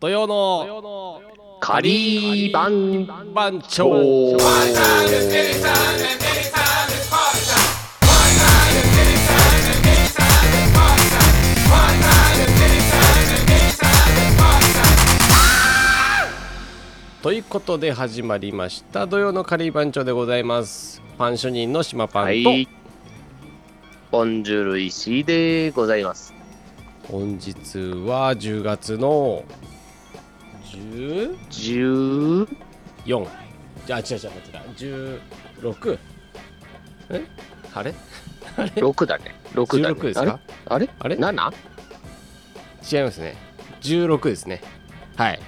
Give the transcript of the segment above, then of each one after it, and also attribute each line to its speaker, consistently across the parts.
Speaker 1: 土曜の
Speaker 2: カリーバン
Speaker 1: 番
Speaker 2: 長
Speaker 1: 長ということで始まりました土曜のカリー番長でございますパン主任の島パンと、
Speaker 2: はいボンジュール石井でございます
Speaker 1: 本日は10月の 14?
Speaker 2: 10
Speaker 1: じゃあ違う違う違う16えあれ
Speaker 2: 六だね六だね
Speaker 1: 16ですか
Speaker 2: あれ
Speaker 1: あ
Speaker 2: あ
Speaker 1: れ
Speaker 2: れ七
Speaker 1: 違いますね16ですねはい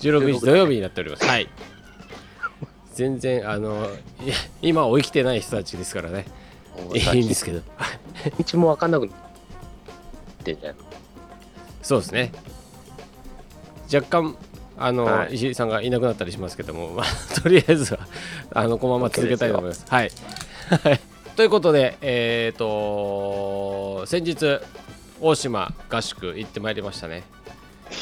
Speaker 1: 16
Speaker 2: 16
Speaker 1: 日土曜日になっておりますはい全然あのいや今を生きてない人たちですからねいいんですけど
Speaker 2: 道もわかんなくなってんじゃない
Speaker 1: そうですね若干あの、
Speaker 2: はい
Speaker 1: 石井さんがいなくなったりしますけども、 まあ、とりあえずはあのこのまま続けたいと思います。はい、という ことで、えー、と先日大島合宿行ってまいりましたね。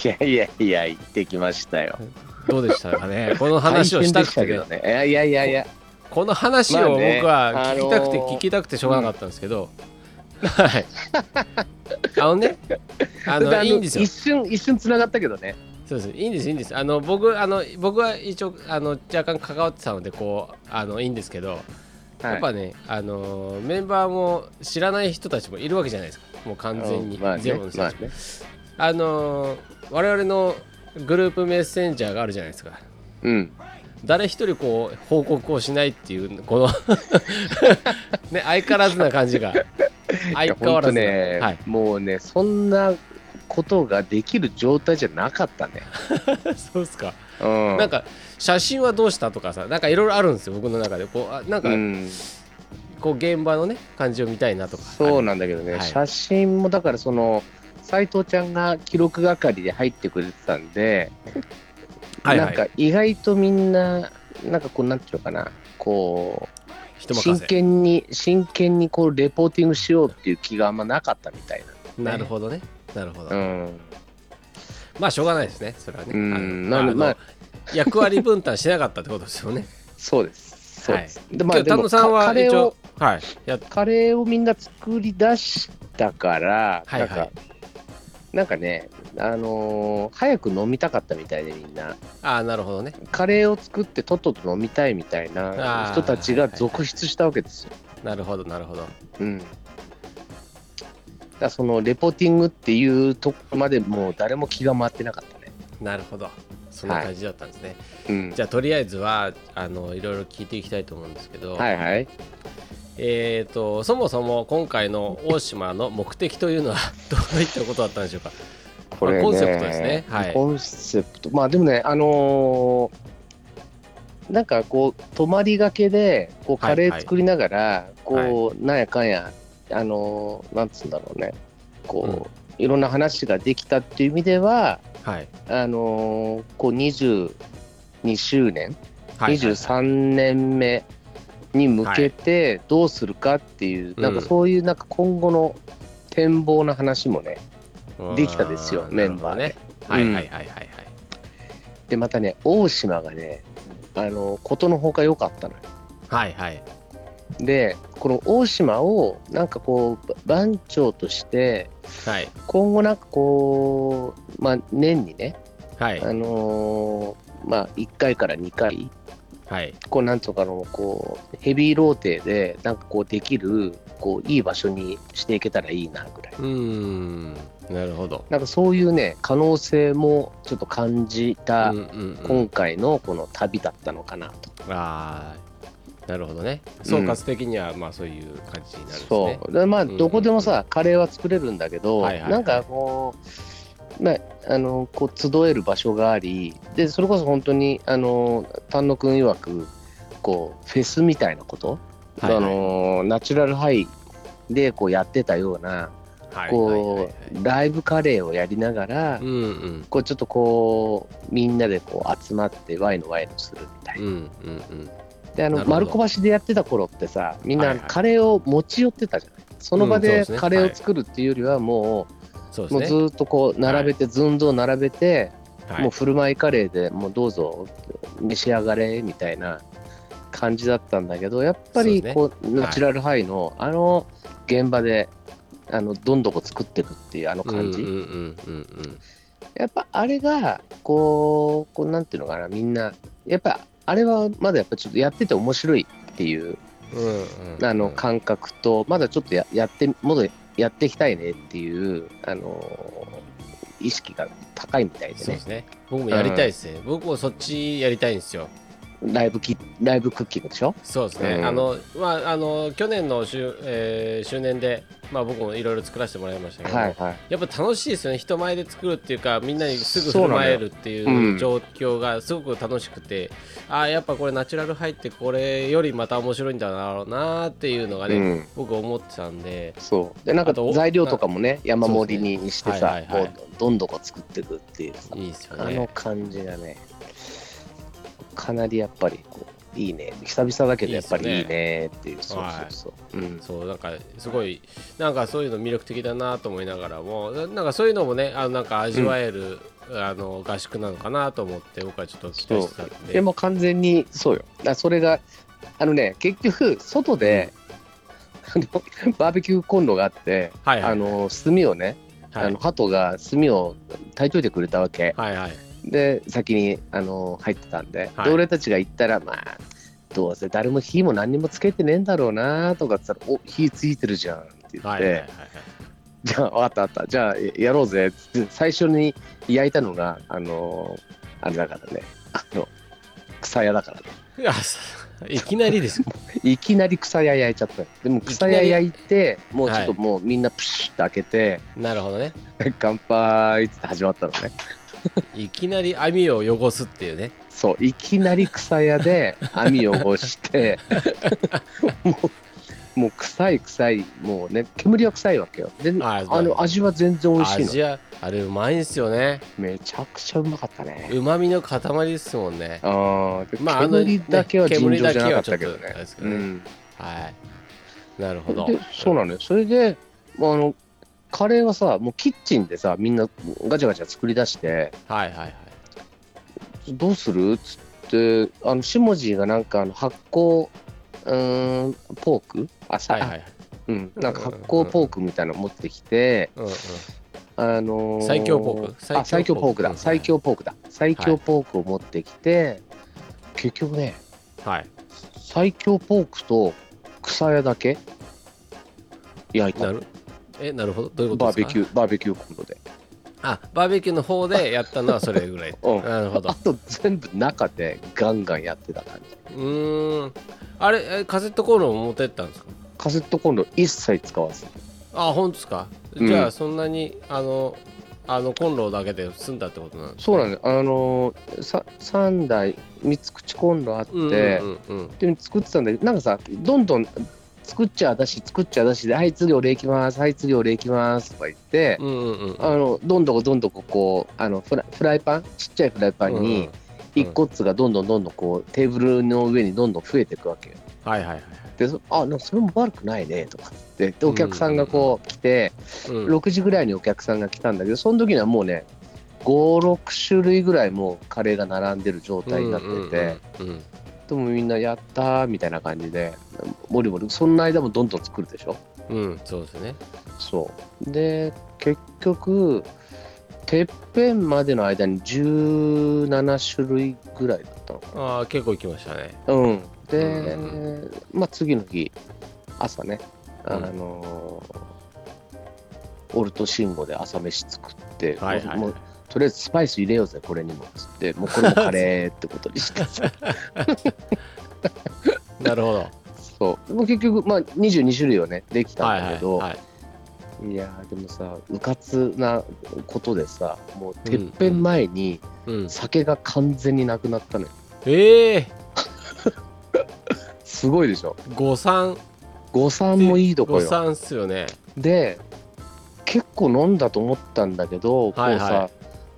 Speaker 2: いやいやいや行ってきましたよ
Speaker 1: どうでしたか ねこの話をしたくて
Speaker 2: 大変で
Speaker 1: ね、
Speaker 2: したけどねいやいやいやいや
Speaker 1: この話を僕
Speaker 2: ま
Speaker 1: は
Speaker 2: あ
Speaker 1: 聞
Speaker 2: ね
Speaker 1: きたくて
Speaker 2: あのー
Speaker 1: 聞きたくてしょうがなかったんですけど、はいあのねあのいいんですよ
Speaker 2: 一瞬一瞬繋がったけどね
Speaker 1: そうですいいんですいいんですあの僕あの僕は一応あの若干関わってたのでこうあのいいんですけど、
Speaker 2: はい
Speaker 1: やっぱねあのメンバーも知らない人たちもいるわけじゃないですかもう完全に
Speaker 2: うんまあね
Speaker 1: ゼロの人
Speaker 2: まあ
Speaker 1: たち
Speaker 2: ね
Speaker 1: あの我々のグループメッセンジャーがあるじゃないですか
Speaker 2: うん
Speaker 1: 誰一人こう報告をしないっていう このね相変わらずな感じが相変わらずな、
Speaker 2: いやほんとね、
Speaker 1: はい
Speaker 2: もうねそんなことができる状態じゃなかったね、
Speaker 1: そうですか、
Speaker 2: うん、
Speaker 1: なんか写真はどうしたとかさなんかいろいろあるんですよ僕の中でこうあなんか、
Speaker 2: うん、
Speaker 1: こう現場のね感じを見たいなとか
Speaker 2: そうなんだけどね、
Speaker 1: はい
Speaker 2: 写真もだからその斎藤ちゃんが記録係で入ってくれてたんで、
Speaker 1: はいはい
Speaker 2: なんか意外とみんななんかこうなんていうのかなこう
Speaker 1: 人任
Speaker 2: 真
Speaker 1: せ
Speaker 2: 剣に真剣にこうレポーティングしようっていう気があんまなかったみたい
Speaker 1: なるほどねなるほど、
Speaker 2: な、うん、
Speaker 1: まあしょうがないですねそれはね
Speaker 2: うん
Speaker 1: あの
Speaker 2: なの
Speaker 1: あの
Speaker 2: まあ
Speaker 1: 役割分担しなかったってことですよね
Speaker 2: そうですそうです、で ま
Speaker 1: 今日丹野さん
Speaker 2: か
Speaker 1: は
Speaker 2: カレ
Speaker 1: 一
Speaker 2: ーを
Speaker 1: 応はいや
Speaker 2: カレーをみんな作り出したから、
Speaker 1: はいはい
Speaker 2: なんかなんかね、あのー早く飲みたかったみたいでみんな
Speaker 1: ああなるほどね
Speaker 2: カレーを作ってとっとと飲みたいみたい
Speaker 1: あー
Speaker 2: な人たちが続出したわけですよ。
Speaker 1: なるほどなるほど
Speaker 2: うん、だからそのレポーティングっていうとこまでもう誰も気が回ってなかったね。
Speaker 1: なるほどそんな感じだったんですね、
Speaker 2: うん、
Speaker 1: じゃあとりあえずはあのいろいろ聞いていきたいと思うんですけど、
Speaker 2: はいはい。
Speaker 1: えー、とそもそも今回の大島の目的というのは どういったことだったんでしょうか
Speaker 2: これね、
Speaker 1: コンセプトですねはい
Speaker 2: コンセプトまあでもねあのーなんかこう泊まりがけでこう
Speaker 1: はい
Speaker 2: カレー作りながら、こう、なんやかんやあのーなんつうんだろうねこう、いろんな話ができたっていう意味では
Speaker 1: はい
Speaker 2: あのーこう22周年、
Speaker 1: はい
Speaker 2: 23年目に向けてどうするかっていう、
Speaker 1: うん
Speaker 2: なんかそういうなんか今後の展望の話もねできたですよ
Speaker 1: あ
Speaker 2: メンバーで
Speaker 1: なるほどねはいはいはいはいはい、
Speaker 2: でまたね大島がねあのことのほか良かったのよ
Speaker 1: はいはい
Speaker 2: でこの大島をなんかこうば番長として
Speaker 1: はい
Speaker 2: 今後なんかこうまあ年にね
Speaker 1: はい
Speaker 2: あのーまあ1回から2回
Speaker 1: はい
Speaker 2: こうなんとかのこうヘビーローテでなんかこうできるこういい場所にしていけたらいいなぐらいう
Speaker 1: ーんなるほど
Speaker 2: なんかそういうね可能性もちょっと感じた
Speaker 1: うんうんうん
Speaker 2: 今回のこの旅だったのかなと。
Speaker 1: あーなるほどね総括的にはまあそういう感じになるんですね
Speaker 2: そ、うでまあ
Speaker 1: ん
Speaker 2: どこでもさ、カレーは作れるんだけど、
Speaker 1: はいはいはい
Speaker 2: なんかこう,、まあ、あのこう集える場所がありでそれこそ本当にあの丹野くん曰くこうフェスみたいなこと、
Speaker 1: はいはい
Speaker 2: あのナチュラルハイでこうやってたような
Speaker 1: はいはい
Speaker 2: こ
Speaker 1: は
Speaker 2: うライブカレーをやりながら、
Speaker 1: いうんうん
Speaker 2: こうちょっとこうみんなでこう集まってワイのワイのするみたいな
Speaker 1: うんうんうん
Speaker 2: で
Speaker 1: な
Speaker 2: あの
Speaker 1: るほど
Speaker 2: 丸小橋でやってた頃ってさみん
Speaker 1: は
Speaker 2: ない
Speaker 1: はい
Speaker 2: カレーを持ち寄ってたじゃない、その場
Speaker 1: うん
Speaker 2: で
Speaker 1: そうですね
Speaker 2: カレーを作るっていうよりはも
Speaker 1: そう
Speaker 2: う,、
Speaker 1: ですね
Speaker 2: もうずっとこう並べて、寸胴並べて
Speaker 1: はい
Speaker 2: もう振る舞いカレーでもうどうぞ召し上がれみたいな感じだったんだけどやっぱりこう
Speaker 1: ねはい
Speaker 2: ナチュラルハイの、あの現場であのどんどこ作ってるっていうあの感じ、
Speaker 1: うんうんうんうんうん
Speaker 2: やっぱあれがこうこうなんていうのかなみんなやっぱあれはまだやっぱちょっとやってて面白いっていう
Speaker 1: うんうん
Speaker 2: あの感覚と、まだちょっとややって、もっとやっていきたいねっていう、あのー意識が高いみたいで
Speaker 1: そうで
Speaker 2: ね
Speaker 1: す、ね僕もやりたいですね、僕もそっちやりたいんですよ
Speaker 2: ライブきライブクッキングでしょ、
Speaker 1: そうですね、
Speaker 2: うん
Speaker 1: あのまああの去年の周,、えー周年でまあ僕もいろいろ作らせてもらいましたけど、
Speaker 2: はいはい、
Speaker 1: やっぱ楽しいですよね人前で作るっていうかみんなにすぐ
Speaker 2: そ
Speaker 1: 振る
Speaker 2: うなのよ
Speaker 1: 舞えるっていう状況がすごく楽しくて、ああやっぱこれナチュラル入ってこれよりまた面白いんだろうなっていうのがね、
Speaker 2: うん、
Speaker 1: 僕思ってたんで
Speaker 2: そうでなんか
Speaker 1: あと
Speaker 2: 材料とかもね、山盛りにしてさ、
Speaker 1: はいはいはい
Speaker 2: もうどんどこ作っていくっていうさ、
Speaker 1: いいですよ
Speaker 2: あの
Speaker 1: ね
Speaker 2: 感じがね、かなりやっぱりこういいね、久々だけどやっぱりいいねっていう、そうそうそう、うん、
Speaker 1: そうなんかすごいなんかそういうの魅力的だなと思いながらもななんかそういうのもねあのなんか味わえる、あの合宿なのかなと思って僕はちょっと期待してたんで
Speaker 2: でも完全にそうよ。だからそれが、あのね、結局、外で、あの バーベキューコンロがあって、
Speaker 1: はいはい
Speaker 2: あの炭をね、
Speaker 1: はい
Speaker 2: あの鳩が炭を炊いといてくれたわけ。
Speaker 1: はいはい
Speaker 2: で、先にあの入ってたんで、
Speaker 1: はい
Speaker 2: で俺たちが行ったら、まあ、どうせ誰も火も何にもつけてねえんだろうなとかって言ったら、お火ついてるじゃんって言って、
Speaker 1: はいはいはいはい
Speaker 2: じゃあ、わかったわかった、じゃあやろうぜっつって、最初に焼いたのが、あのあれだからね、あの草屋だからね。
Speaker 1: いやさいきなり です
Speaker 2: いきなり草屋焼いちゃったよでも草屋焼いてもうちょっと
Speaker 1: は
Speaker 2: もうみんなプシュッと開けて
Speaker 1: なるほどね
Speaker 2: 「乾杯」っつって始まったのね
Speaker 1: いきなり網を汚すっていうね
Speaker 2: そういきなり草屋で網を汚してもうもう臭い臭いもうね煙は臭いわけよで
Speaker 1: あ
Speaker 2: あ
Speaker 1: そう
Speaker 2: の味は全然美味しい
Speaker 1: 味
Speaker 2: の
Speaker 1: はあれうまいんすよね
Speaker 2: めちゃくちゃうまかったね
Speaker 1: うまみの塊ですもんね
Speaker 2: あーで
Speaker 1: まああの
Speaker 2: 煙だけは
Speaker 1: ね
Speaker 2: 尋常
Speaker 1: 煙
Speaker 2: じ
Speaker 1: だ
Speaker 2: ゃな
Speaker 1: け
Speaker 2: か
Speaker 1: は
Speaker 2: っ
Speaker 1: ちょ
Speaker 2: た
Speaker 1: っ
Speaker 2: け
Speaker 1: と
Speaker 2: どね
Speaker 1: あれですけ
Speaker 2: う
Speaker 1: どね
Speaker 2: ん
Speaker 1: はいなるほど
Speaker 2: でそうなのよそれであのカレーはさもうキッチンでさみんなガチャガチャ作り出して
Speaker 1: はいはいはい
Speaker 2: どうするっつってあの下地がなんかあの発酵うーんポークあさ、
Speaker 1: はいはいはい
Speaker 2: うんなんか発酵ポークみたいなの持ってきて、
Speaker 1: うんうん
Speaker 2: あのー
Speaker 1: 最強ポーク
Speaker 2: あ最強ポークだ最強ポークだ最強ポークを持ってきて、結局ね
Speaker 1: はい
Speaker 2: 最強ポークと草屋だけ焼いた
Speaker 1: なるえなるほどどういうこと
Speaker 2: バ
Speaker 1: で
Speaker 2: ー
Speaker 1: す
Speaker 2: ベ
Speaker 1: か
Speaker 2: キューバーベキューコンロで
Speaker 1: あバーベキューの方でやったのはそれぐらい
Speaker 2: うん
Speaker 1: なるほど
Speaker 2: あと全部中でガンガンやってた感じ
Speaker 1: うーんあれえカセットコンロも持ってったんですか
Speaker 2: カセットコンロ一切使わず
Speaker 1: あ本当ですか
Speaker 2: うん
Speaker 1: じゃあそんなにあのあのコンロだけで済んだってことなんです
Speaker 2: そうなんだよあのー、さ3台三つ口コンロあって、
Speaker 1: うんうんうんうん
Speaker 2: で作ってたんだけどなんかさどんどん作っちゃうだし作っちゃうだしで「はい次俺行きますはい次俺行きます」とか言って、
Speaker 1: うんうんうん
Speaker 2: あのどんどんどんどんこうあのフラフライパンちっちゃいフライパン
Speaker 1: うんう
Speaker 2: に
Speaker 1: ん
Speaker 2: 一個ずつがどんどんどんどんこうテーブルの上にどんどん増えていくわけよ。
Speaker 1: はいはいはい
Speaker 2: でそあなんかそれも悪くないねとかってでお客さんがこう来て、
Speaker 1: うん
Speaker 2: 6時ぐらいにお客さんが来たんだけどその時にはもうね56種類ぐらいもうカレーが並んでる状態になってて、
Speaker 1: うんうんうん
Speaker 2: でもみんな「やったー」みたいな感じでもりもりその間もどんどん作るでしょ
Speaker 1: うん、うんそうですね
Speaker 2: そうで結局てっぺんまでの間に17種類ぐらいだったのか
Speaker 1: ああ結構行きましたね
Speaker 2: なうんで、
Speaker 1: うん
Speaker 2: まあ次の日朝ね
Speaker 1: うん
Speaker 2: あのーオルト信号で朝飯作って、
Speaker 1: はいはい
Speaker 2: もうとりあえずスパイス入れようぜこれにもっつってもうこれもカレーってこと にしてさ
Speaker 1: なるほ ど
Speaker 2: そうもう結局まあ22種類はねできた
Speaker 1: はい
Speaker 2: ん
Speaker 1: は
Speaker 2: だ
Speaker 1: い
Speaker 2: けど、
Speaker 1: はい
Speaker 2: いやーでもさうかつなことでさもうてっぺん前に
Speaker 1: うん、
Speaker 2: 酒が完全になくなったのよ
Speaker 1: ええ
Speaker 2: すごいでしょ
Speaker 1: ー、誤算
Speaker 2: 誤算もいいとこ
Speaker 1: 誤
Speaker 2: よ
Speaker 1: 算っすよね
Speaker 2: で結構飲んだと思ったんだけど、
Speaker 1: はいはい
Speaker 2: こうさ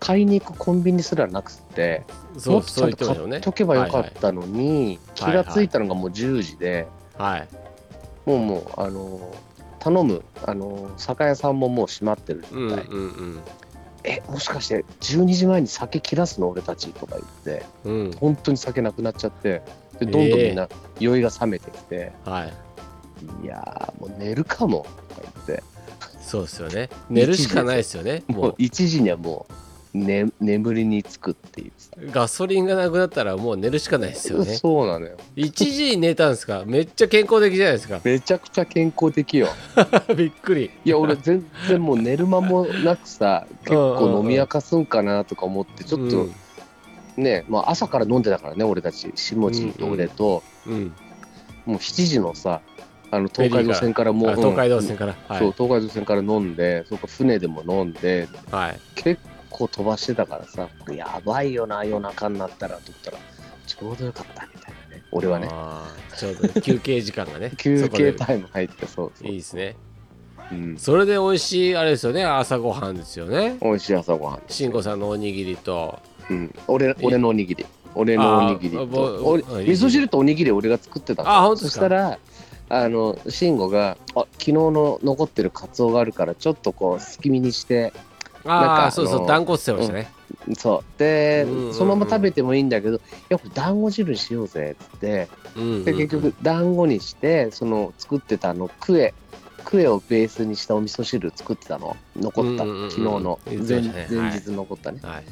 Speaker 2: 買いに行くコンビニすらなくって
Speaker 1: そ
Speaker 2: も
Speaker 1: う
Speaker 2: っとちゃ
Speaker 1: そう言
Speaker 2: ん
Speaker 1: って
Speaker 2: と
Speaker 1: ましたよ
Speaker 2: 買
Speaker 1: ね
Speaker 2: っとけばよかったのに、
Speaker 1: はいはい
Speaker 2: 気がついたのがもう10時で、
Speaker 1: はい
Speaker 2: もうもうあのー頼むあのー酒屋さんももう閉まってる
Speaker 1: うん
Speaker 2: 状態、
Speaker 1: うんうん
Speaker 2: えもしかして12時前に酒切らすの俺たちとか言って
Speaker 1: うん
Speaker 2: 本当に酒なくなっちゃってでどんどんみんな酔いが冷めてきて、
Speaker 1: はい
Speaker 2: いやーもう寝るかもとか言って
Speaker 1: そうですよね寝るしかないですよね
Speaker 2: もう
Speaker 1: も
Speaker 2: 1時にはもう、ね、眠りにつくっていう
Speaker 1: うガソリンがなくなったらもう寝るしかないですよね
Speaker 2: そうなのよ
Speaker 1: 1時に寝たんですかめっちゃ健康的じゃないですか
Speaker 2: めちゃくちゃ健康的よ
Speaker 1: びっくり
Speaker 2: いや 俺全然もう寝る間もなくさ結構飲み明かすんかなとか思ってちょっ
Speaker 1: う
Speaker 2: と
Speaker 1: ん
Speaker 2: ね、まあ、朝から飲んでたからね俺たち下地と俺と、
Speaker 1: うん
Speaker 2: もう7時のさあの東海道線からもう
Speaker 1: あ東海道
Speaker 2: う
Speaker 1: 線
Speaker 2: ん
Speaker 1: からは
Speaker 2: そう
Speaker 1: い
Speaker 2: 東海道線から飲んでそこ船でも飲んで
Speaker 1: はい
Speaker 2: 結構飛ばしてたからさこれやばいよな夜中になったらと思ったらちょうどよかったみたいなね俺はね
Speaker 1: あーちょうど休憩時間がね
Speaker 2: 休憩
Speaker 1: そこ
Speaker 2: タイム入ってそうそ
Speaker 1: で
Speaker 2: う
Speaker 1: いいですね
Speaker 2: うん、
Speaker 1: それで美味しいあれですよね朝ごはんですよね
Speaker 2: 美味しい朝ごはん、
Speaker 1: 慎吾さんのおにぎりと
Speaker 2: うん、俺俺のおにぎり俺のおにぎり
Speaker 1: あーぼ
Speaker 2: とお味
Speaker 1: うん
Speaker 2: 噌汁とおにぎり俺が作ってたの
Speaker 1: あ本当で
Speaker 2: そ
Speaker 1: す
Speaker 2: し
Speaker 1: か
Speaker 2: たらあの慎吾があ「昨日の残ってるカツオがあるからちょっとこうすき身にしてなん
Speaker 1: ああ
Speaker 2: か
Speaker 1: そう
Speaker 2: あ
Speaker 1: そう
Speaker 2: の
Speaker 1: 断固してましたね、
Speaker 2: そうで、
Speaker 1: うんうんうん
Speaker 2: そのまま食べてもいいんだけどいやこれ団子汁にしようぜ」っつって
Speaker 1: うんうんうん
Speaker 2: で結局団子にしてその作ってたあのクエクエをベースにしたお味噌汁作ってたの残った
Speaker 1: うんうんうんうん
Speaker 2: 昨日の
Speaker 1: 言ってま
Speaker 2: 前
Speaker 1: したね
Speaker 2: 前日残ったね
Speaker 1: はい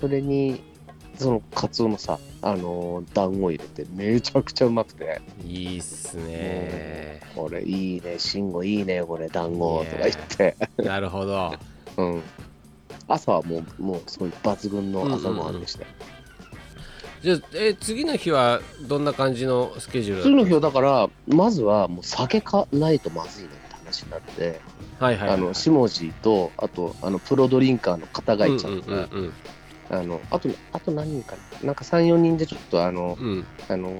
Speaker 2: それにそのカツオのさあのー団子入れてめちゃくちゃうまくて
Speaker 1: いいっすね
Speaker 2: 「これいいね慎吾いいねこれ団子」とか言って、
Speaker 1: なるほど
Speaker 2: うん、朝はもうもうそういう抜群の朝ごはんでしたよ、
Speaker 1: じゃあえ次の日はどんな感じのスケジュール
Speaker 2: 次の日はだからまずはもう酒かないとまずいねって話になって。
Speaker 1: はいはい
Speaker 2: あの下地とあとあのプロドリンカーの方がいちゃん
Speaker 1: うんうん
Speaker 2: が
Speaker 1: うん
Speaker 2: あのあとあと何人かななんか34人でちょっとあの
Speaker 1: うんうん
Speaker 2: あの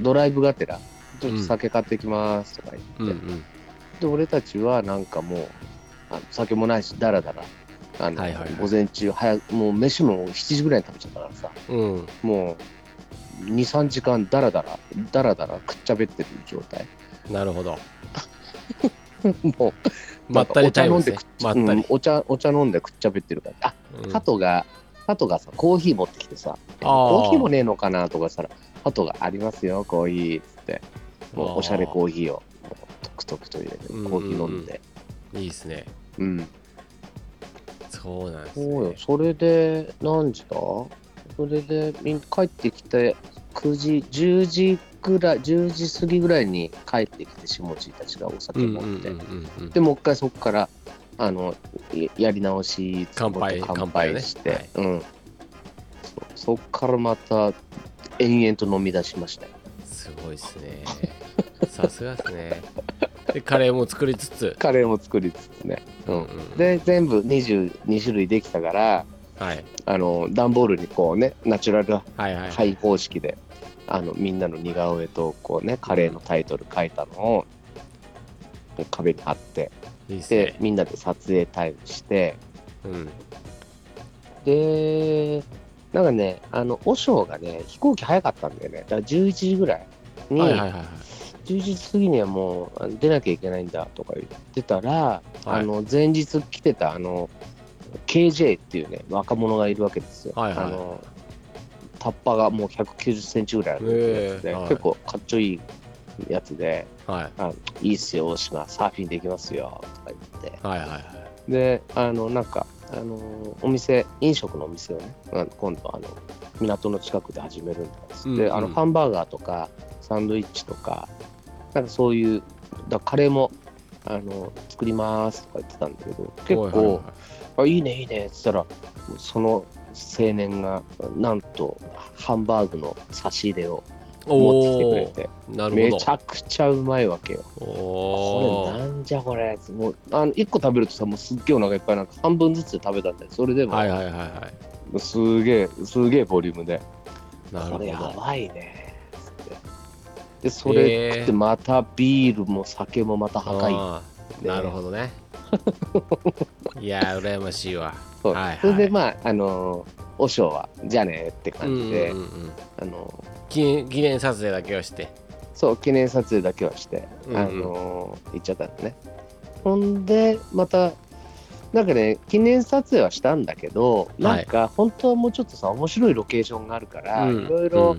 Speaker 2: ドライブがてらちょっと酒買ってきますとか言って、
Speaker 1: うんうん
Speaker 2: で俺たちはなんかもうあの酒もないしだらだらあの、
Speaker 1: はいはいはい
Speaker 2: 午前中早くもう飯も7時ぐらいに食べちゃったからさ
Speaker 1: うん
Speaker 2: もう23時間だらだらだらだらくっちゃべってる状態
Speaker 1: なるほど
Speaker 2: もう
Speaker 1: まったりタイムですねま
Speaker 2: な
Speaker 1: っ
Speaker 2: んか
Speaker 1: たり、
Speaker 2: お茶飲んでくっちゃうんお茶飲んでくっちゃべってるからあ
Speaker 1: うん
Speaker 2: ハトが、ハトがさ、コーヒー持ってきてさ、
Speaker 1: あー
Speaker 2: コーヒーもねえのかなとかしたら、ハトがありますよ、コーヒーっつって、も
Speaker 1: あー
Speaker 2: うおしゃれコーヒーを、もうトクトクと入れて、
Speaker 1: う
Speaker 2: コ
Speaker 1: んうんうん
Speaker 2: ーヒー飲んで。
Speaker 1: いいっすね
Speaker 2: うん。
Speaker 1: そうなんです
Speaker 2: そうよ
Speaker 1: ね、
Speaker 2: それで、何時だそれで、みん帰ってきて、9時、10時ぐらい、10時過ぎぐらいに帰ってきて、下地たちがお酒
Speaker 1: うん
Speaker 2: 持
Speaker 1: う
Speaker 2: って、
Speaker 1: んうんうんうん
Speaker 2: でもう一回そこから、あの、ややり直し、
Speaker 1: 乾杯
Speaker 2: 乾
Speaker 1: 乾杯ね
Speaker 2: 杯して、
Speaker 1: はい
Speaker 2: うん。そそっからまた、延々と飲み出しましたよ。
Speaker 1: すごいっすねさすがですねでカレーも作りつつ
Speaker 2: カレーも作りつつね。うん。
Speaker 1: うん
Speaker 2: で、全部22種類できたから、
Speaker 1: はい
Speaker 2: あの、段ボールにこうね、ナチュラル
Speaker 1: はいはい
Speaker 2: 配方式で、あの、みんなの似顔絵と、こうね、カレーのタイトル書いたのを、こう壁に貼って、
Speaker 1: いいっす
Speaker 2: で、
Speaker 1: ね
Speaker 2: みんなで撮影タイムして、
Speaker 1: うん
Speaker 2: で、なんかね、あの、和尚がね、飛行機早かったんだよね。だから11時ぐらいに、
Speaker 1: はいはいはいはい
Speaker 2: 11時過ぎにはもうあの出なきゃいけないんだとか言ってたら、あの、前日来てた、あの、KJ っていうね、若者がいるわけですよ。
Speaker 1: はいはい
Speaker 2: あの、タッパがもう190センチぐらいあるやつで、
Speaker 1: へえはい
Speaker 2: 結構かっちょいいやつで、
Speaker 1: はい
Speaker 2: あのいいっすよ、大島、サーフィンできますよ、とか言って。
Speaker 1: はいはいはい
Speaker 2: であのなんかあのお店飲食のお店をねあの今度あの港の近くで始めるんです、
Speaker 1: うんう
Speaker 2: で
Speaker 1: ん
Speaker 2: あのハンバーガーとかサンドイッチとかなんかそういうだカレーもあの作りますとか言ってたんだけど結構、
Speaker 1: はい
Speaker 2: い
Speaker 1: はいはい
Speaker 2: あいいねいいねっつったらその青年がなんとハンバーグの差し入れを持ってきてくれ
Speaker 1: お
Speaker 2: て
Speaker 1: おなる
Speaker 2: め
Speaker 1: ほど
Speaker 2: ちゃくちゃうまいわけよ
Speaker 1: お
Speaker 2: こ
Speaker 1: ー
Speaker 2: れなんじゃこれもうあの1個食べるとさもうすっげえお腹いっぱいなんか半分ずつで食べたんだよそれでも、
Speaker 1: はいはいはいは
Speaker 2: すげえすげえボリュームで
Speaker 1: いなる
Speaker 2: こ
Speaker 1: ほ
Speaker 2: れや
Speaker 1: ど
Speaker 2: ばいねつってでそれ食ってまたビールも酒もまた破壊、
Speaker 1: あーなるほど ねいやー羨ましいわ
Speaker 2: そう
Speaker 1: はいはい
Speaker 2: それでまああのおしょうはじゃあねって
Speaker 1: うん
Speaker 2: 感じ
Speaker 1: うん
Speaker 2: で、
Speaker 1: うんうん
Speaker 2: あの
Speaker 1: 記念記念撮影だけをして
Speaker 2: そう記念撮影だけはして、
Speaker 1: うんうん
Speaker 2: あの行っちゃったのねほんでまたなんかね、記念撮影はしたんだけど、なんか本当はもうちょっとさ、面白いロケーションがあるから、
Speaker 1: うん
Speaker 2: いろいろ、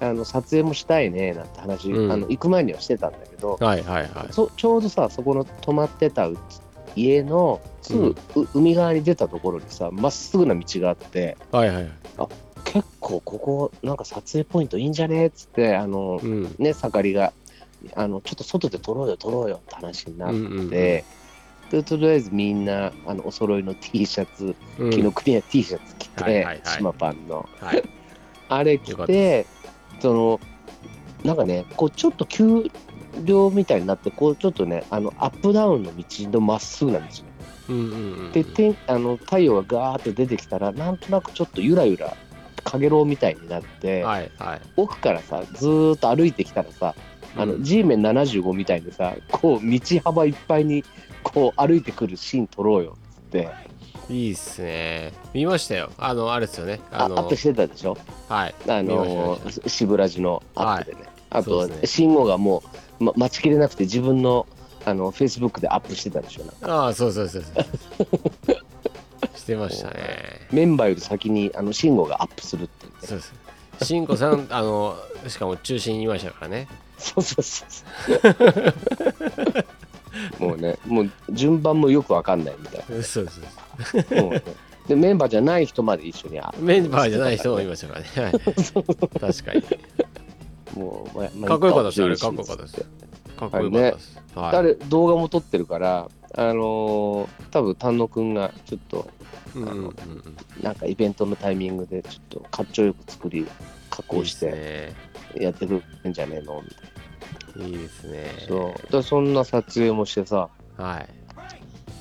Speaker 2: あの撮影もしたいねなんて話、
Speaker 1: うん
Speaker 2: あの行く前にはしてたんだけど、
Speaker 1: うんはいはいはい
Speaker 2: そちょうどさ、そこの泊まってたう家のすぐ、う海側に出たところにさ、まっすぐな道があって、
Speaker 1: はいはいはい
Speaker 2: 結構ここ、なんか撮影ポイントいいんじゃねっつって、あの、
Speaker 1: うん
Speaker 2: ね、盛りが、あのちょっと外で撮ろうよ、撮ろうよって話になって。
Speaker 1: うん
Speaker 2: でとりあえずみんなあのお揃いの T シャツ、
Speaker 1: うん
Speaker 2: 紀ノ国屋 T シャツ着
Speaker 1: はいはいは
Speaker 2: て
Speaker 1: い、
Speaker 2: 島パンの。
Speaker 1: はい
Speaker 2: あれ
Speaker 1: よ
Speaker 2: 着
Speaker 1: かった
Speaker 2: て、その、なんかね、こうちょっと丘陵みたいになって、こうちょっとね、あのアップダウンの道のまっすぐな道。
Speaker 1: うんうんうん
Speaker 2: で、天あの太陽がガーって出てきたら、なんとなくちょっとゆらゆら、かげろうみたいになって、
Speaker 1: はいはい
Speaker 2: 奥からさ、ずーっと歩いてきたらさ、あ
Speaker 1: う
Speaker 2: の
Speaker 1: ん
Speaker 2: G メン75みたいにさこう道幅いっぱいにこう歩いてくるシーン撮ろうよっつって
Speaker 1: いいっすね見ましたよあのあれですよねあ
Speaker 2: あア
Speaker 1: の
Speaker 2: ップしてたでしょ
Speaker 1: はい見
Speaker 2: あ
Speaker 1: ました見ま
Speaker 2: の
Speaker 1: し
Speaker 2: 渋ラジのアップでね、あ
Speaker 1: そ
Speaker 2: と、
Speaker 1: うですね
Speaker 2: 信号がもう、ま、待ちきれなくて自分のあのフェイスブックでアップしてたでしょなんか
Speaker 1: ああそうそうそうそう してましたね
Speaker 2: メンバーより先にあの信号がアップするっていうね
Speaker 1: そうですしんこさんあのしかも中心にいましたからね
Speaker 2: そうそうそう もうねもう順番もよくわかんないみたい
Speaker 1: そうそうそう
Speaker 2: な、もうねでメンバーじゃない人まで一緒にあ
Speaker 1: メンバーじゃない人もいましたからねはい確 かに
Speaker 2: もう、まま
Speaker 1: かっこよかったですあれかっこよかった
Speaker 2: っ
Speaker 1: で
Speaker 2: つて
Speaker 1: すかっこよかったです、はい
Speaker 2: あれ動画も撮ってるから、あのー多分丹野くんがちょっと
Speaker 1: うんうんうん
Speaker 2: なんかイベントのタイミングでちょっとかっちょよく作り加
Speaker 1: うんいい
Speaker 2: 工
Speaker 1: で
Speaker 2: し
Speaker 1: す
Speaker 2: て
Speaker 1: ね
Speaker 2: やってくるんじゃねえのみたい
Speaker 1: いいですね
Speaker 2: な、そうだからそんな撮影もしてさ
Speaker 1: は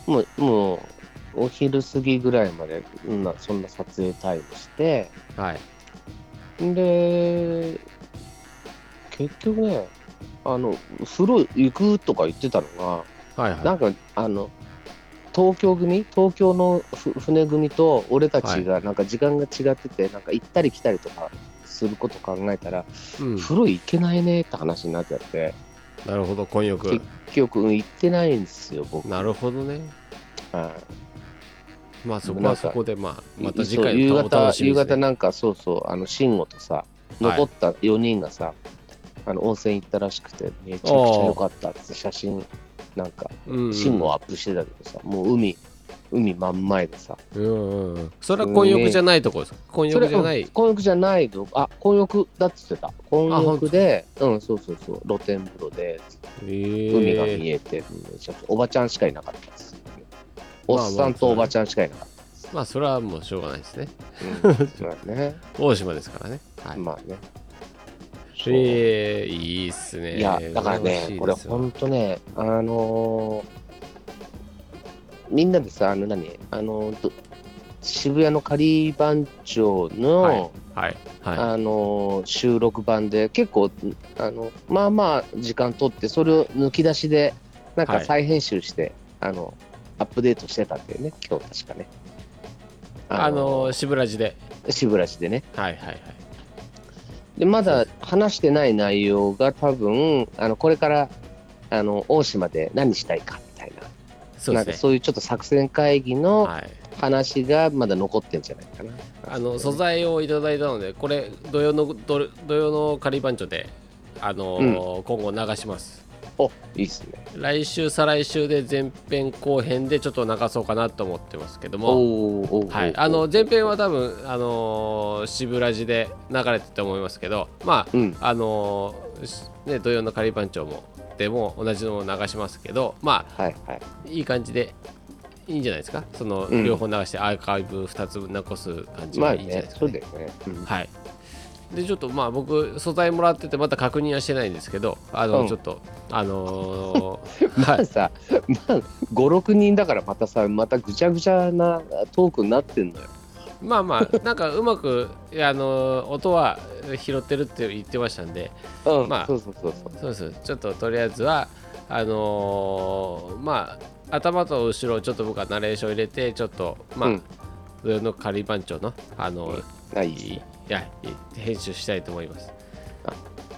Speaker 1: い
Speaker 2: もうもうお昼過ぎぐらいまでうんなそんな撮影タイムして
Speaker 1: はい
Speaker 2: で結局ねあの風呂行くとか言ってたのが
Speaker 1: はい
Speaker 2: な
Speaker 1: は
Speaker 2: んかあの東京組東京のふ船組と俺たちがなんか時間が違ってて、なんか行ったり来たりとかすること考えたら、
Speaker 1: い、うん、
Speaker 2: 風呂行けないねって話になっちゃって
Speaker 1: なるほど混浴
Speaker 2: 結局うん行ってないんですよ僕
Speaker 1: なるほどね
Speaker 2: は
Speaker 1: まあそこ
Speaker 2: な
Speaker 1: は
Speaker 2: んか
Speaker 1: そこでまあ
Speaker 2: い
Speaker 1: また次
Speaker 2: そう
Speaker 1: 回
Speaker 2: 夕
Speaker 1: のお楽
Speaker 2: 方
Speaker 1: しみ
Speaker 2: 夕
Speaker 1: です、
Speaker 2: 方
Speaker 1: ね、
Speaker 2: なんかそうそうあの慎吾とさ残った4人がさ、あの温泉行ったらしくてめちゃくちゃ良かったっつって写真なんか
Speaker 1: うんうん
Speaker 2: 慎吾をアップしてたけどさ、もう海海真ん前でさ
Speaker 1: うんうんうんそれは混浴じゃないところですか混
Speaker 2: それ
Speaker 1: 浴じゃない
Speaker 2: うん混浴じゃないのあ混浴だっつってた混浴でうんそうそうそう露天風呂で海
Speaker 1: 海
Speaker 2: が見えて、めちゃくちゃおばちゃんしかいなかったです
Speaker 1: ま
Speaker 2: お
Speaker 1: あ
Speaker 2: っ
Speaker 1: まあ
Speaker 2: さんとおばちゃんしかいなかっ
Speaker 1: まあそれはもうしょうがないですね
Speaker 2: た、うんそうだね
Speaker 1: 大島ですからねはい、
Speaker 2: まあねそう
Speaker 1: えー、いいっすね
Speaker 2: いやだからねこれほ
Speaker 1: ん
Speaker 2: んとねあのーみんなでさあの何あのど渋谷の仮番長の、
Speaker 1: はいはいは
Speaker 2: あの収録版で結構あのまあまあ時間取ってそれを抜き出しでなん
Speaker 1: は
Speaker 2: か
Speaker 1: い
Speaker 2: 再編集して、あのアップデートしてたんだよね今日確か
Speaker 1: い
Speaker 2: ね
Speaker 1: あのー、渋ラジで
Speaker 2: 渋らしでね
Speaker 1: はいはいはい
Speaker 2: でまだ話してない内容が多分あのこれからあの大島で何したいかみたいな
Speaker 1: そう
Speaker 2: な
Speaker 1: で
Speaker 2: ん
Speaker 1: すね
Speaker 2: かそういうちょっと作戦会議の
Speaker 1: はい
Speaker 2: 話がまだ残ってんじゃないかな、
Speaker 1: あの素材をいただいたのでこれ土曜の土土曜の仮番長であのー今後流します
Speaker 2: おいいですね
Speaker 1: 来週再来週で前編後編でちょっと流そうかなと思ってますけども
Speaker 2: おーおーおー
Speaker 1: はい、あの前編は多分あのー、渋ラジで流れてたと思いますけどま
Speaker 2: うん
Speaker 1: ああのーしね土曜の仮番長もでも同じのを流しますけどま
Speaker 2: はいはい
Speaker 1: あいい感じでいいんじゃないですかその、
Speaker 2: うん
Speaker 1: 両方流してアーカイブ2つ残す感じ
Speaker 2: ま
Speaker 1: が
Speaker 2: あ
Speaker 1: いいんじゃないで
Speaker 2: ね
Speaker 1: すか、
Speaker 2: そうだ
Speaker 1: ね
Speaker 2: よね、うん
Speaker 1: はいでちょっとまあ僕素材もらっててまだ確認はしてないんですけどあの、
Speaker 2: うん
Speaker 1: ちょっとあの ー
Speaker 2: ま
Speaker 1: はい
Speaker 2: あさ、まあ、56人だからまたさまたぐちゃぐちゃなトークになってんのよ
Speaker 1: まあまあなんかうまくいやあのー音は拾ってるって言ってましたんで
Speaker 2: うん、
Speaker 1: まあ
Speaker 2: そうそうそうそう
Speaker 1: そうですちょっととりあえずはあのーまあ頭と後ろをちょっと僕はナレーション入れてちょっとまあ、
Speaker 2: うん
Speaker 1: 上の仮番長のあのー
Speaker 2: あいい
Speaker 1: い
Speaker 2: です
Speaker 1: いい
Speaker 2: ね
Speaker 1: やいい編集したいと思います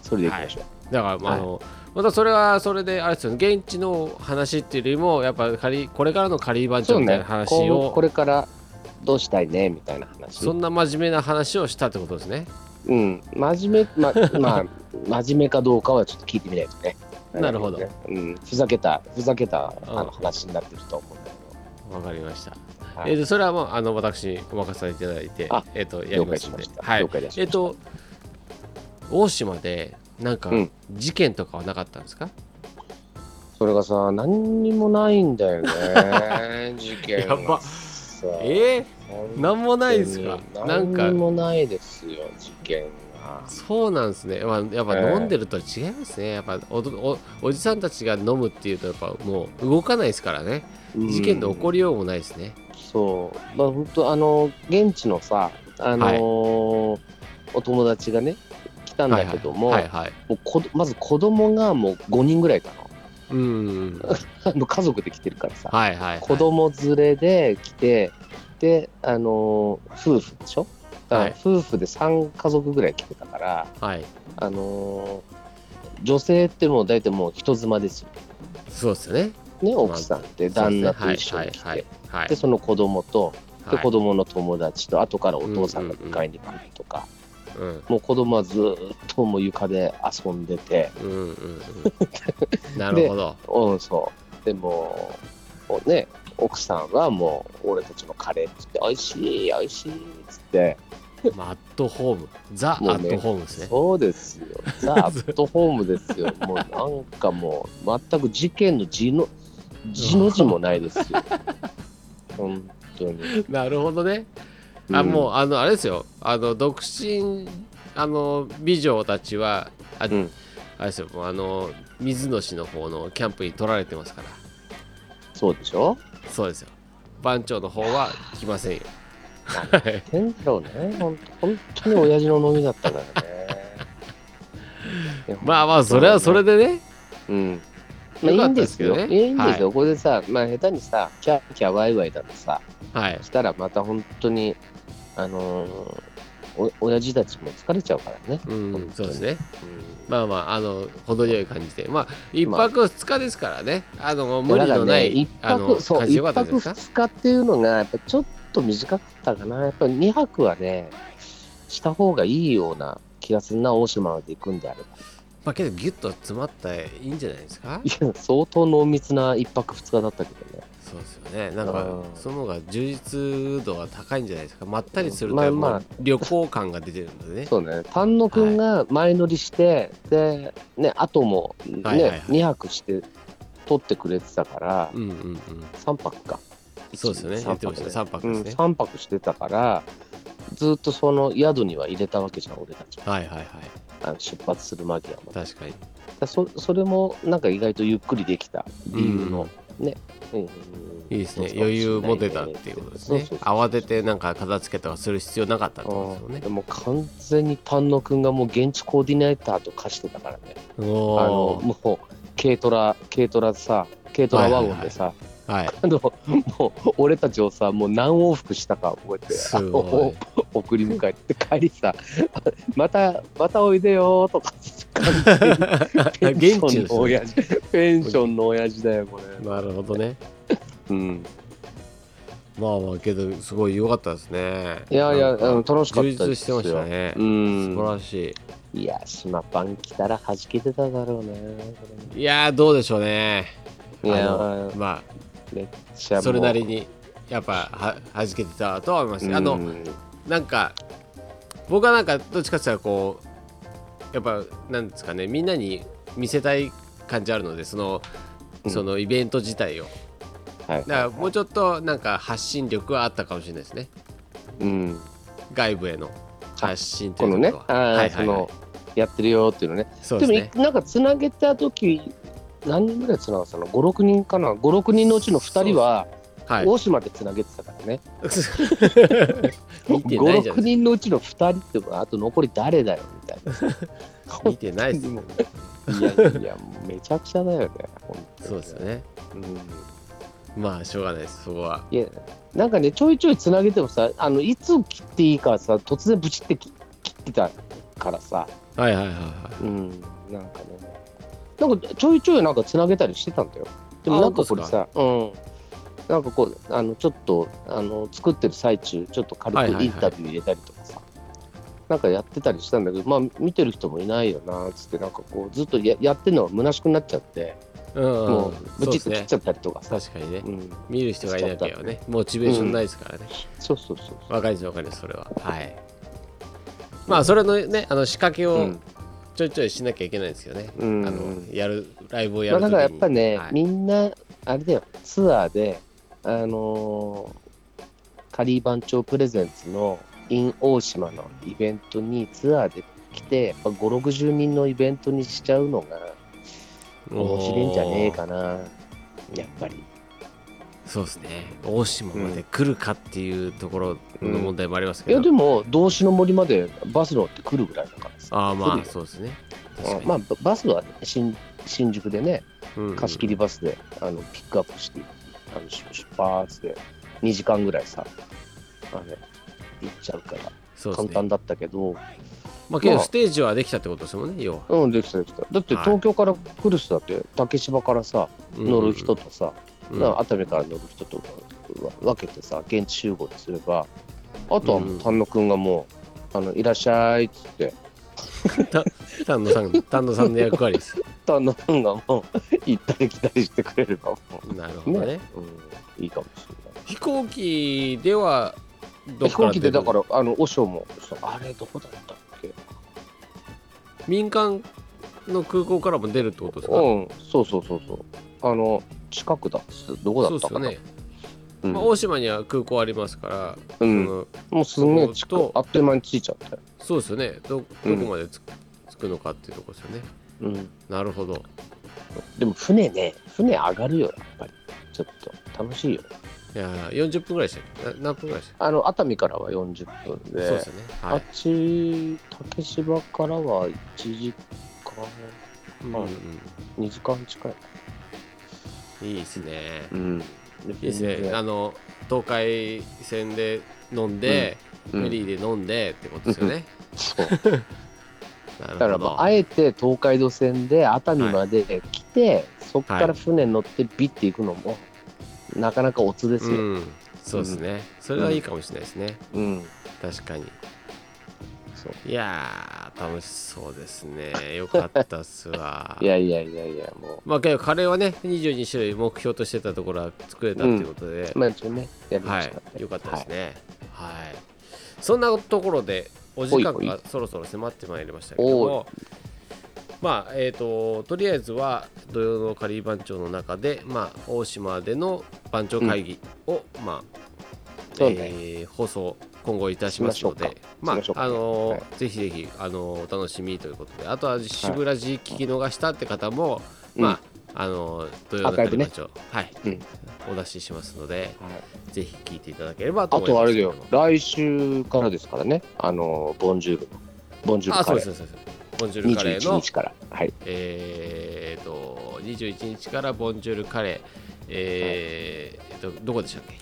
Speaker 2: それでいきましょう、
Speaker 1: はだから、まあ
Speaker 2: はい
Speaker 1: あのまたそれはそれであれですよね現地の話っていうよりもやっぱ仮これからのカリーバンジョ
Speaker 2: そう
Speaker 1: ンみたい
Speaker 2: ね
Speaker 1: な話
Speaker 2: こ
Speaker 1: を
Speaker 2: うこれからどうしたいねみたいな話
Speaker 1: そんな真面目な話をしたってことですね。
Speaker 2: うん、真面目、ま、 まあ、真面目かどうかはちょっと聞いてみないとね。
Speaker 1: なるほど
Speaker 2: うん、ふざけた、ふざけた、
Speaker 1: うん
Speaker 2: あの話になってると思うんだ
Speaker 1: わかりました。
Speaker 2: けど。は
Speaker 1: えーとそれはもうあの私お任せいただいて
Speaker 2: あ、
Speaker 1: えー、とやり
Speaker 2: 了
Speaker 1: ま
Speaker 2: 解
Speaker 1: す
Speaker 2: し
Speaker 1: の
Speaker 2: ま
Speaker 1: で
Speaker 2: し。た。
Speaker 1: はい
Speaker 2: 了。解いたし
Speaker 1: え
Speaker 2: ま
Speaker 1: っ、
Speaker 2: した。
Speaker 1: と大島でなんか
Speaker 2: うん
Speaker 1: 事件とかはなかったんですか？
Speaker 2: それがさ、何にもないんだ よね。事件が。
Speaker 1: やば
Speaker 2: さ
Speaker 1: えー、
Speaker 2: 本
Speaker 1: なんも
Speaker 2: 当
Speaker 1: ないです
Speaker 2: に
Speaker 1: か？な
Speaker 2: 何
Speaker 1: ん
Speaker 2: に
Speaker 1: か
Speaker 2: もないですよ、事件が。
Speaker 1: そうなんですね。まあやっぱ
Speaker 2: ええ
Speaker 1: 飲んでると違いますね。やっぱおおおじさんたちが飲むっていうとやっぱもう動かないですからね。事件の起こ
Speaker 2: り。
Speaker 1: りようもないですね。
Speaker 2: そう。まあ、本当あの、現地のさ、あのーお友達がね、来たんだけども、
Speaker 1: はいはい。はいはい
Speaker 2: もうこどまず子供がもう5人ぐらいか
Speaker 1: うん。
Speaker 2: な あの家族で来てるからさ、
Speaker 1: はいはいはい。
Speaker 2: 子供連れで来てであのー夫婦でしょだから
Speaker 1: はい
Speaker 2: 夫婦で3家族ぐらい来てたから
Speaker 1: はい。
Speaker 2: あのー女性ってもう大体もう人妻ですよ
Speaker 1: そうですよね。
Speaker 2: ね奥さんって
Speaker 1: そうですね
Speaker 2: 旦那と一緒
Speaker 1: は
Speaker 2: に来
Speaker 1: い
Speaker 2: て
Speaker 1: はいはい。
Speaker 2: でその子供と
Speaker 1: はい
Speaker 2: で子供の友達と後からお父さんが迎えに来るとか
Speaker 1: うん
Speaker 2: もう子供はずーっともう床で遊んでて
Speaker 1: うんうんうん。なるほ ど。
Speaker 2: うん、そう。でも、もうね、奥さんはもう、俺たちのカレーっつって、美味しい、美味しいっつって、
Speaker 1: まあ、アットホーム。ザ・ア
Speaker 2: もうね
Speaker 1: ットホームですね。
Speaker 2: そうですよ、ザ・アットホームで すよ、もうなんかもう、全く事件の字の字の字もないですよ、 本当に。
Speaker 1: なるほどね。あ、
Speaker 2: うん
Speaker 1: もう、あの、あれですよ。あの、独身、あの、美女たちは、あ,、
Speaker 2: うん
Speaker 1: あれですよ。もうあの、水野市の方のキャンプに取られてますから。
Speaker 2: そうでしょ
Speaker 1: そうですよ。番長の方は来ませんよ。
Speaker 2: 変だろうね、本当本当に親父の飲みだったからね。いや
Speaker 1: まあまあ、それはそれでね。
Speaker 2: うん。まあ、
Speaker 1: よかっ
Speaker 2: いい
Speaker 1: た
Speaker 2: ん
Speaker 1: で
Speaker 2: ですす
Speaker 1: け
Speaker 2: よ。
Speaker 1: どね
Speaker 2: いいんですよ。これでさ、まあ、下手にさ、キャーキャーワイワイだとさ、
Speaker 1: はい。
Speaker 2: したらまた本当に、あのー、お親父たちも疲れちゃうからね。
Speaker 1: うん、そうですね。
Speaker 2: うん
Speaker 1: まあまあ、あの、程よい感じで。まあ、一
Speaker 2: まあ
Speaker 1: 泊二日ですからね。あの、無理のな
Speaker 2: だからね
Speaker 1: い
Speaker 2: 一、
Speaker 1: あの、
Speaker 2: 泊、そう、
Speaker 1: 感じ
Speaker 2: 一
Speaker 1: よかったんじゃ
Speaker 2: 泊
Speaker 1: ないですか。
Speaker 2: 二日っていうのが、やっぱちょっと短かったかな。やっぱ二泊はね、した方がいいような気がするな、大島まで行くんであれば。
Speaker 1: まあ、けど、ギュッと詰まったらいいんじゃないですか
Speaker 2: い。や、相当濃密な一泊二日だったけどね。
Speaker 1: そうですよね。なんか
Speaker 2: う、ん
Speaker 1: その方が充実度が高いんじゃないですか。まったりする
Speaker 2: まあ
Speaker 1: と、
Speaker 2: まあ
Speaker 1: もう旅行感が出てるのでね。
Speaker 2: そうね、丹野くんが前乗りして、で、ね、後も、ね、
Speaker 1: はいはいはい
Speaker 2: 2泊して、取ってくれてたから、
Speaker 1: うんうんうん。
Speaker 2: 3泊か。
Speaker 1: そうですよね。言
Speaker 2: 三
Speaker 1: ってましたね。3泊
Speaker 2: う
Speaker 1: で
Speaker 2: ん、
Speaker 1: すね。
Speaker 2: 3泊してたから、ずっとその宿には入れたわけじゃん、俺たち。
Speaker 1: はいはいはい。
Speaker 2: あの出発する間際まで。だか
Speaker 1: 確かに。
Speaker 2: らそそれも、なんか意外とゆっくりできた理由の。うん
Speaker 1: いいですね。余裕持てたっていうことですね。慌て。て、なんか片付けとかする必要なかったって
Speaker 2: そう
Speaker 1: こ
Speaker 2: そ
Speaker 1: とですよ
Speaker 2: うそううん
Speaker 1: ね。
Speaker 2: でも完全に丹野くんがもう現地コーディネーターと化してたからね。
Speaker 1: お
Speaker 2: あの
Speaker 1: お。
Speaker 2: もう軽トラ軽トラさ軽トラワゴンでさ、
Speaker 1: はい。
Speaker 2: あのもう俺たちをさもう何往復したか覚えて
Speaker 1: す
Speaker 2: あの
Speaker 1: ごい。
Speaker 2: 送り迎えて帰りさ 「またまたおいでよ」とか
Speaker 1: 現地の人
Speaker 2: 完全にペンションの親父ペンションの親父だよこれ、
Speaker 1: なるほどね。
Speaker 2: うん、
Speaker 1: まあまあ、けど、すごい良かったですね。
Speaker 2: いやいや
Speaker 1: なんか
Speaker 2: うん楽しかったですよ
Speaker 1: 充実してましたね。
Speaker 2: うん
Speaker 1: 素晴らし
Speaker 2: いや島パン来たら弾けてただろうね
Speaker 1: い。いやー、どうでしょうね。
Speaker 2: いや
Speaker 1: あのま
Speaker 2: めっちゃも
Speaker 1: あ、
Speaker 2: う
Speaker 1: それなりに、やっぱ、は、はじけてたとは思いました。あ
Speaker 2: う
Speaker 1: の、
Speaker 2: ん
Speaker 1: なんか、僕はなんか、どっちかっていうと、こう、やっぱ、なんですかね、みんなに見せたい感じあるので、その、
Speaker 2: うん
Speaker 1: そのイベント自体を。
Speaker 2: は
Speaker 1: だ
Speaker 2: い
Speaker 1: から、もうちょっと、なんか、発信力はあったかもしれないですね。
Speaker 2: うん
Speaker 1: 外部への発信と
Speaker 2: こ
Speaker 1: い
Speaker 2: の
Speaker 1: うと
Speaker 2: ね
Speaker 1: ころは。
Speaker 2: あー
Speaker 1: はい
Speaker 2: そ
Speaker 1: はいはい
Speaker 2: の。やってるよっていうのね
Speaker 1: そう
Speaker 2: で
Speaker 1: ですね。
Speaker 2: もなんかつなげた時何人ぐらいつながったの56人かな56人のうちの2人は
Speaker 1: はい。
Speaker 2: 大島でつなげてたからね、
Speaker 1: 見てないじゃ
Speaker 2: 56
Speaker 1: ない
Speaker 2: 人のうちの2人ってあと残り誰だよみたいな
Speaker 1: 見てないですよね
Speaker 2: いやいやもうめちゃくちゃだよね本当に
Speaker 1: そうですよね。
Speaker 2: うん
Speaker 1: まあしょうがないですそこは。
Speaker 2: いやなんかねちょいちょいつなげてもさあのいつ切っていいかさ突然ブチってき切ってたからさ、
Speaker 1: はいはいはいは
Speaker 2: うん、なんかねなんかちょいちょいなんかつなげたりしてたんだよでもなんかこれさうんなんかこうあのちょっとあの作ってる最中ちょっと軽くインタビュー入れたりとかさ、なんかやってたりしたんだけどまあ見てる人もいないよなっつってなんかこうずっとややってるのが虚しくなっちゃって
Speaker 1: うん、
Speaker 2: もうブ
Speaker 1: そうで
Speaker 2: チッ
Speaker 1: す
Speaker 2: と切っ
Speaker 1: ね
Speaker 2: ちゃったりとかさ、
Speaker 1: 確かにね
Speaker 2: うん、
Speaker 1: 見る人がいなきゃねモチベーションないですからね
Speaker 2: そうそうそう
Speaker 1: わ、かりますわかりますそれははいまあそれのねあの仕掛け
Speaker 2: う
Speaker 1: を
Speaker 2: ん
Speaker 1: ちょいちょいしなきゃいけないんですよね、
Speaker 2: うん
Speaker 1: あのやるライブをや
Speaker 2: まあ、
Speaker 1: る
Speaker 2: だ
Speaker 1: 時
Speaker 2: か
Speaker 1: に
Speaker 2: らやっぱね、
Speaker 1: はい
Speaker 2: みんなあれだよツアーであのーカリー番長プレゼンツの in 大島のイベントにツアーで来てやっぱ560人のイベントにしちゃうのが面白いんじゃねえかなやっぱり
Speaker 1: そうですね大島まで来るかっていうところの問題もあります
Speaker 2: い
Speaker 1: けど、
Speaker 2: やでも道志の森までバス乗って来るぐらいだからさ
Speaker 1: ああま
Speaker 2: 来
Speaker 1: あ
Speaker 2: るよ
Speaker 1: そうですね
Speaker 2: うん
Speaker 1: 確かに、
Speaker 2: まあババスは、ね、新新宿でね
Speaker 1: うんうん
Speaker 2: 貸し切りバスであのピックアップしてあの出出発で2時間ぐらいさあれ行っちゃうから
Speaker 1: そうです
Speaker 2: 簡
Speaker 1: ね
Speaker 2: 単だったけど
Speaker 1: まあけど
Speaker 2: まあ
Speaker 1: ステージはできたってことですもんね要は、
Speaker 2: うんできたできただって
Speaker 1: はい
Speaker 2: 東京から来る人だって竹芝からさ
Speaker 1: うん
Speaker 2: 乗る人とさ、
Speaker 1: うん
Speaker 2: な熱海から乗る人とわ分けてさ現地集合にすればあとはもう丹野くんがもう「あのいらっしゃい」っつって
Speaker 1: 丹野さん丹野さんの役割です
Speaker 2: 丹野くんがもう行ったり来たりしてくれればも
Speaker 1: なるほどね
Speaker 2: う、うん、いいかもしれない。
Speaker 1: 飛行機ではどっ
Speaker 2: 飛
Speaker 1: から
Speaker 2: 行
Speaker 1: 出
Speaker 2: 機
Speaker 1: る
Speaker 2: でだからあの和尚もそうあれどこだったっけ
Speaker 1: 民間の空港からも出るってことですか、
Speaker 2: うんそうそうそうそうあの近くだどこだ
Speaker 1: そうで
Speaker 2: った
Speaker 1: すよ
Speaker 2: かな
Speaker 1: ね、
Speaker 2: うん
Speaker 1: まあ、大島には空港ありますから、
Speaker 2: うん
Speaker 1: その
Speaker 2: もうすんげえ近
Speaker 1: そう
Speaker 2: くあっという間に着いちゃったよ
Speaker 1: そうですよねどどこまでつ,、つくのかっていうとこですよね
Speaker 2: うん
Speaker 1: なるほど
Speaker 2: でも船ね船上がるよやっぱりちょっと楽しいよ
Speaker 1: いやー40分ぐらいでしたっけな何分ぐらいでしたっ
Speaker 2: あの熱海からは40分
Speaker 1: け
Speaker 2: で
Speaker 1: そうですよね
Speaker 2: あ
Speaker 1: は
Speaker 2: っ
Speaker 1: い、
Speaker 2: ち竹芝からは1時間
Speaker 1: うん
Speaker 2: まあ
Speaker 1: う
Speaker 2: 2時間近い
Speaker 1: ん、いいですね
Speaker 2: うん
Speaker 1: いいですねあの東海線で飲んで、フェリーで飲んでってことですよね、
Speaker 2: そ
Speaker 1: な
Speaker 2: う
Speaker 1: るほど
Speaker 2: だからまああえて東海道線で熱海まで来て、そこから船乗ってビッて行くのもなかなかおつですよ、
Speaker 1: うんそうですね、それはいいかもしれないですね、
Speaker 2: うん
Speaker 1: 確かに
Speaker 2: そう
Speaker 1: いやー楽しそうですねよかったっすわ
Speaker 2: いやいやいやいやも
Speaker 1: まあけどカレーはね22種類目標としてたところは作れたっていうことで、
Speaker 2: うまあ一応ねやりま
Speaker 1: は
Speaker 2: した
Speaker 1: いよかったですねはい、そんなところでお時間
Speaker 2: ほいほ
Speaker 1: がそろそろ迫ってまいりましたけどもまあえー、ととりあえずは土曜のカリー番長の中で、まあ、大島での番長会議を、まあ
Speaker 2: そうね
Speaker 1: えー放送今後いたしますので
Speaker 2: しま
Speaker 1: まあ
Speaker 2: しょうかしましょうか
Speaker 1: あのー
Speaker 2: はい
Speaker 1: ぜひぜひ、あのーお楽しみということであとは渋ラジ聞き逃したって方も、
Speaker 2: うん
Speaker 1: まああのー土曜の
Speaker 2: アーカ
Speaker 1: カ
Speaker 2: イ
Speaker 1: リ
Speaker 2: ブ
Speaker 1: ー
Speaker 2: ね
Speaker 1: 番長、はい
Speaker 2: うん
Speaker 1: お出ししますので、
Speaker 2: はい
Speaker 1: ぜひ聞いていただければと
Speaker 2: あ
Speaker 1: 思います
Speaker 2: とあれだよ
Speaker 1: けども
Speaker 2: 来週からですからねあのボンジュールのボンジュー
Speaker 1: あ
Speaker 2: ルカ
Speaker 1: そう
Speaker 2: レ
Speaker 1: ですそ
Speaker 2: ー
Speaker 1: うですそうですボンジュールカレー
Speaker 2: 21
Speaker 1: の
Speaker 2: 日からはい
Speaker 1: えーっと21日からボンジュールカレーえーえっとどこでしたっけ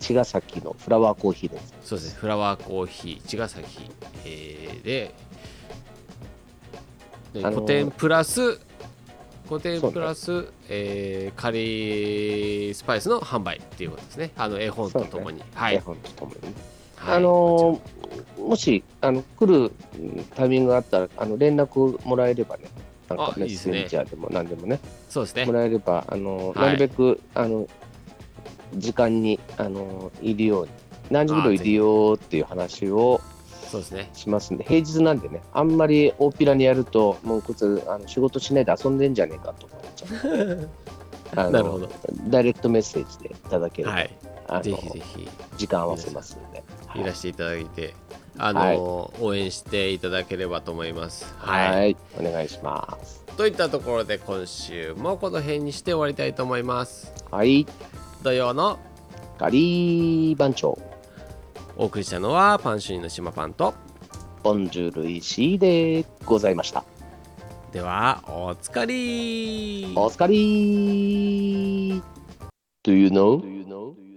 Speaker 2: 茅ヶ崎のフラワーコーヒーです
Speaker 1: そうですねフラワーコーヒー茅ヶ崎、えーでで
Speaker 2: あのー
Speaker 1: 個展プラス個展
Speaker 2: そうね
Speaker 1: プラス、えーカレースパイスの販売っていうことですねあの絵本とともに、はい、
Speaker 2: 絵
Speaker 1: はい、
Speaker 2: 本とともにねあのーもしあの来るうんタイミングがあったらあの連絡もらえればね、なんか
Speaker 1: あい
Speaker 2: メ
Speaker 1: いで
Speaker 2: ッ
Speaker 1: す
Speaker 2: セ
Speaker 1: ね
Speaker 2: ンジャーでも何でもね、
Speaker 1: そうですね
Speaker 2: もらえれば、あのー
Speaker 1: はい
Speaker 2: なるべくあの時間にあのーいるように、何時頃いるよっていう話を
Speaker 1: そうですね
Speaker 2: しますんで、平日なんでね、あんまり大っぴらにやると、もうこいつあの仕事しないで遊んでんじゃねえかと思っちゃ うあの
Speaker 1: なるほど
Speaker 2: ダイレクトメッセージでいただければ、
Speaker 1: はい
Speaker 2: あの
Speaker 1: ぜひぜひ
Speaker 2: 時間合わせますんで。
Speaker 1: いらしていただいて、あの応援していただければと思います。はい、
Speaker 2: はい、お願いします。
Speaker 1: といったところで今週もこの辺にして終わりたいと思います。
Speaker 2: はい。
Speaker 1: 土曜の
Speaker 2: ガリー番長、
Speaker 1: お送りしたのはパン主任の島パンと
Speaker 2: ボンジュール石井でございました。
Speaker 1: ではおつかり
Speaker 2: お疲れ Do you know?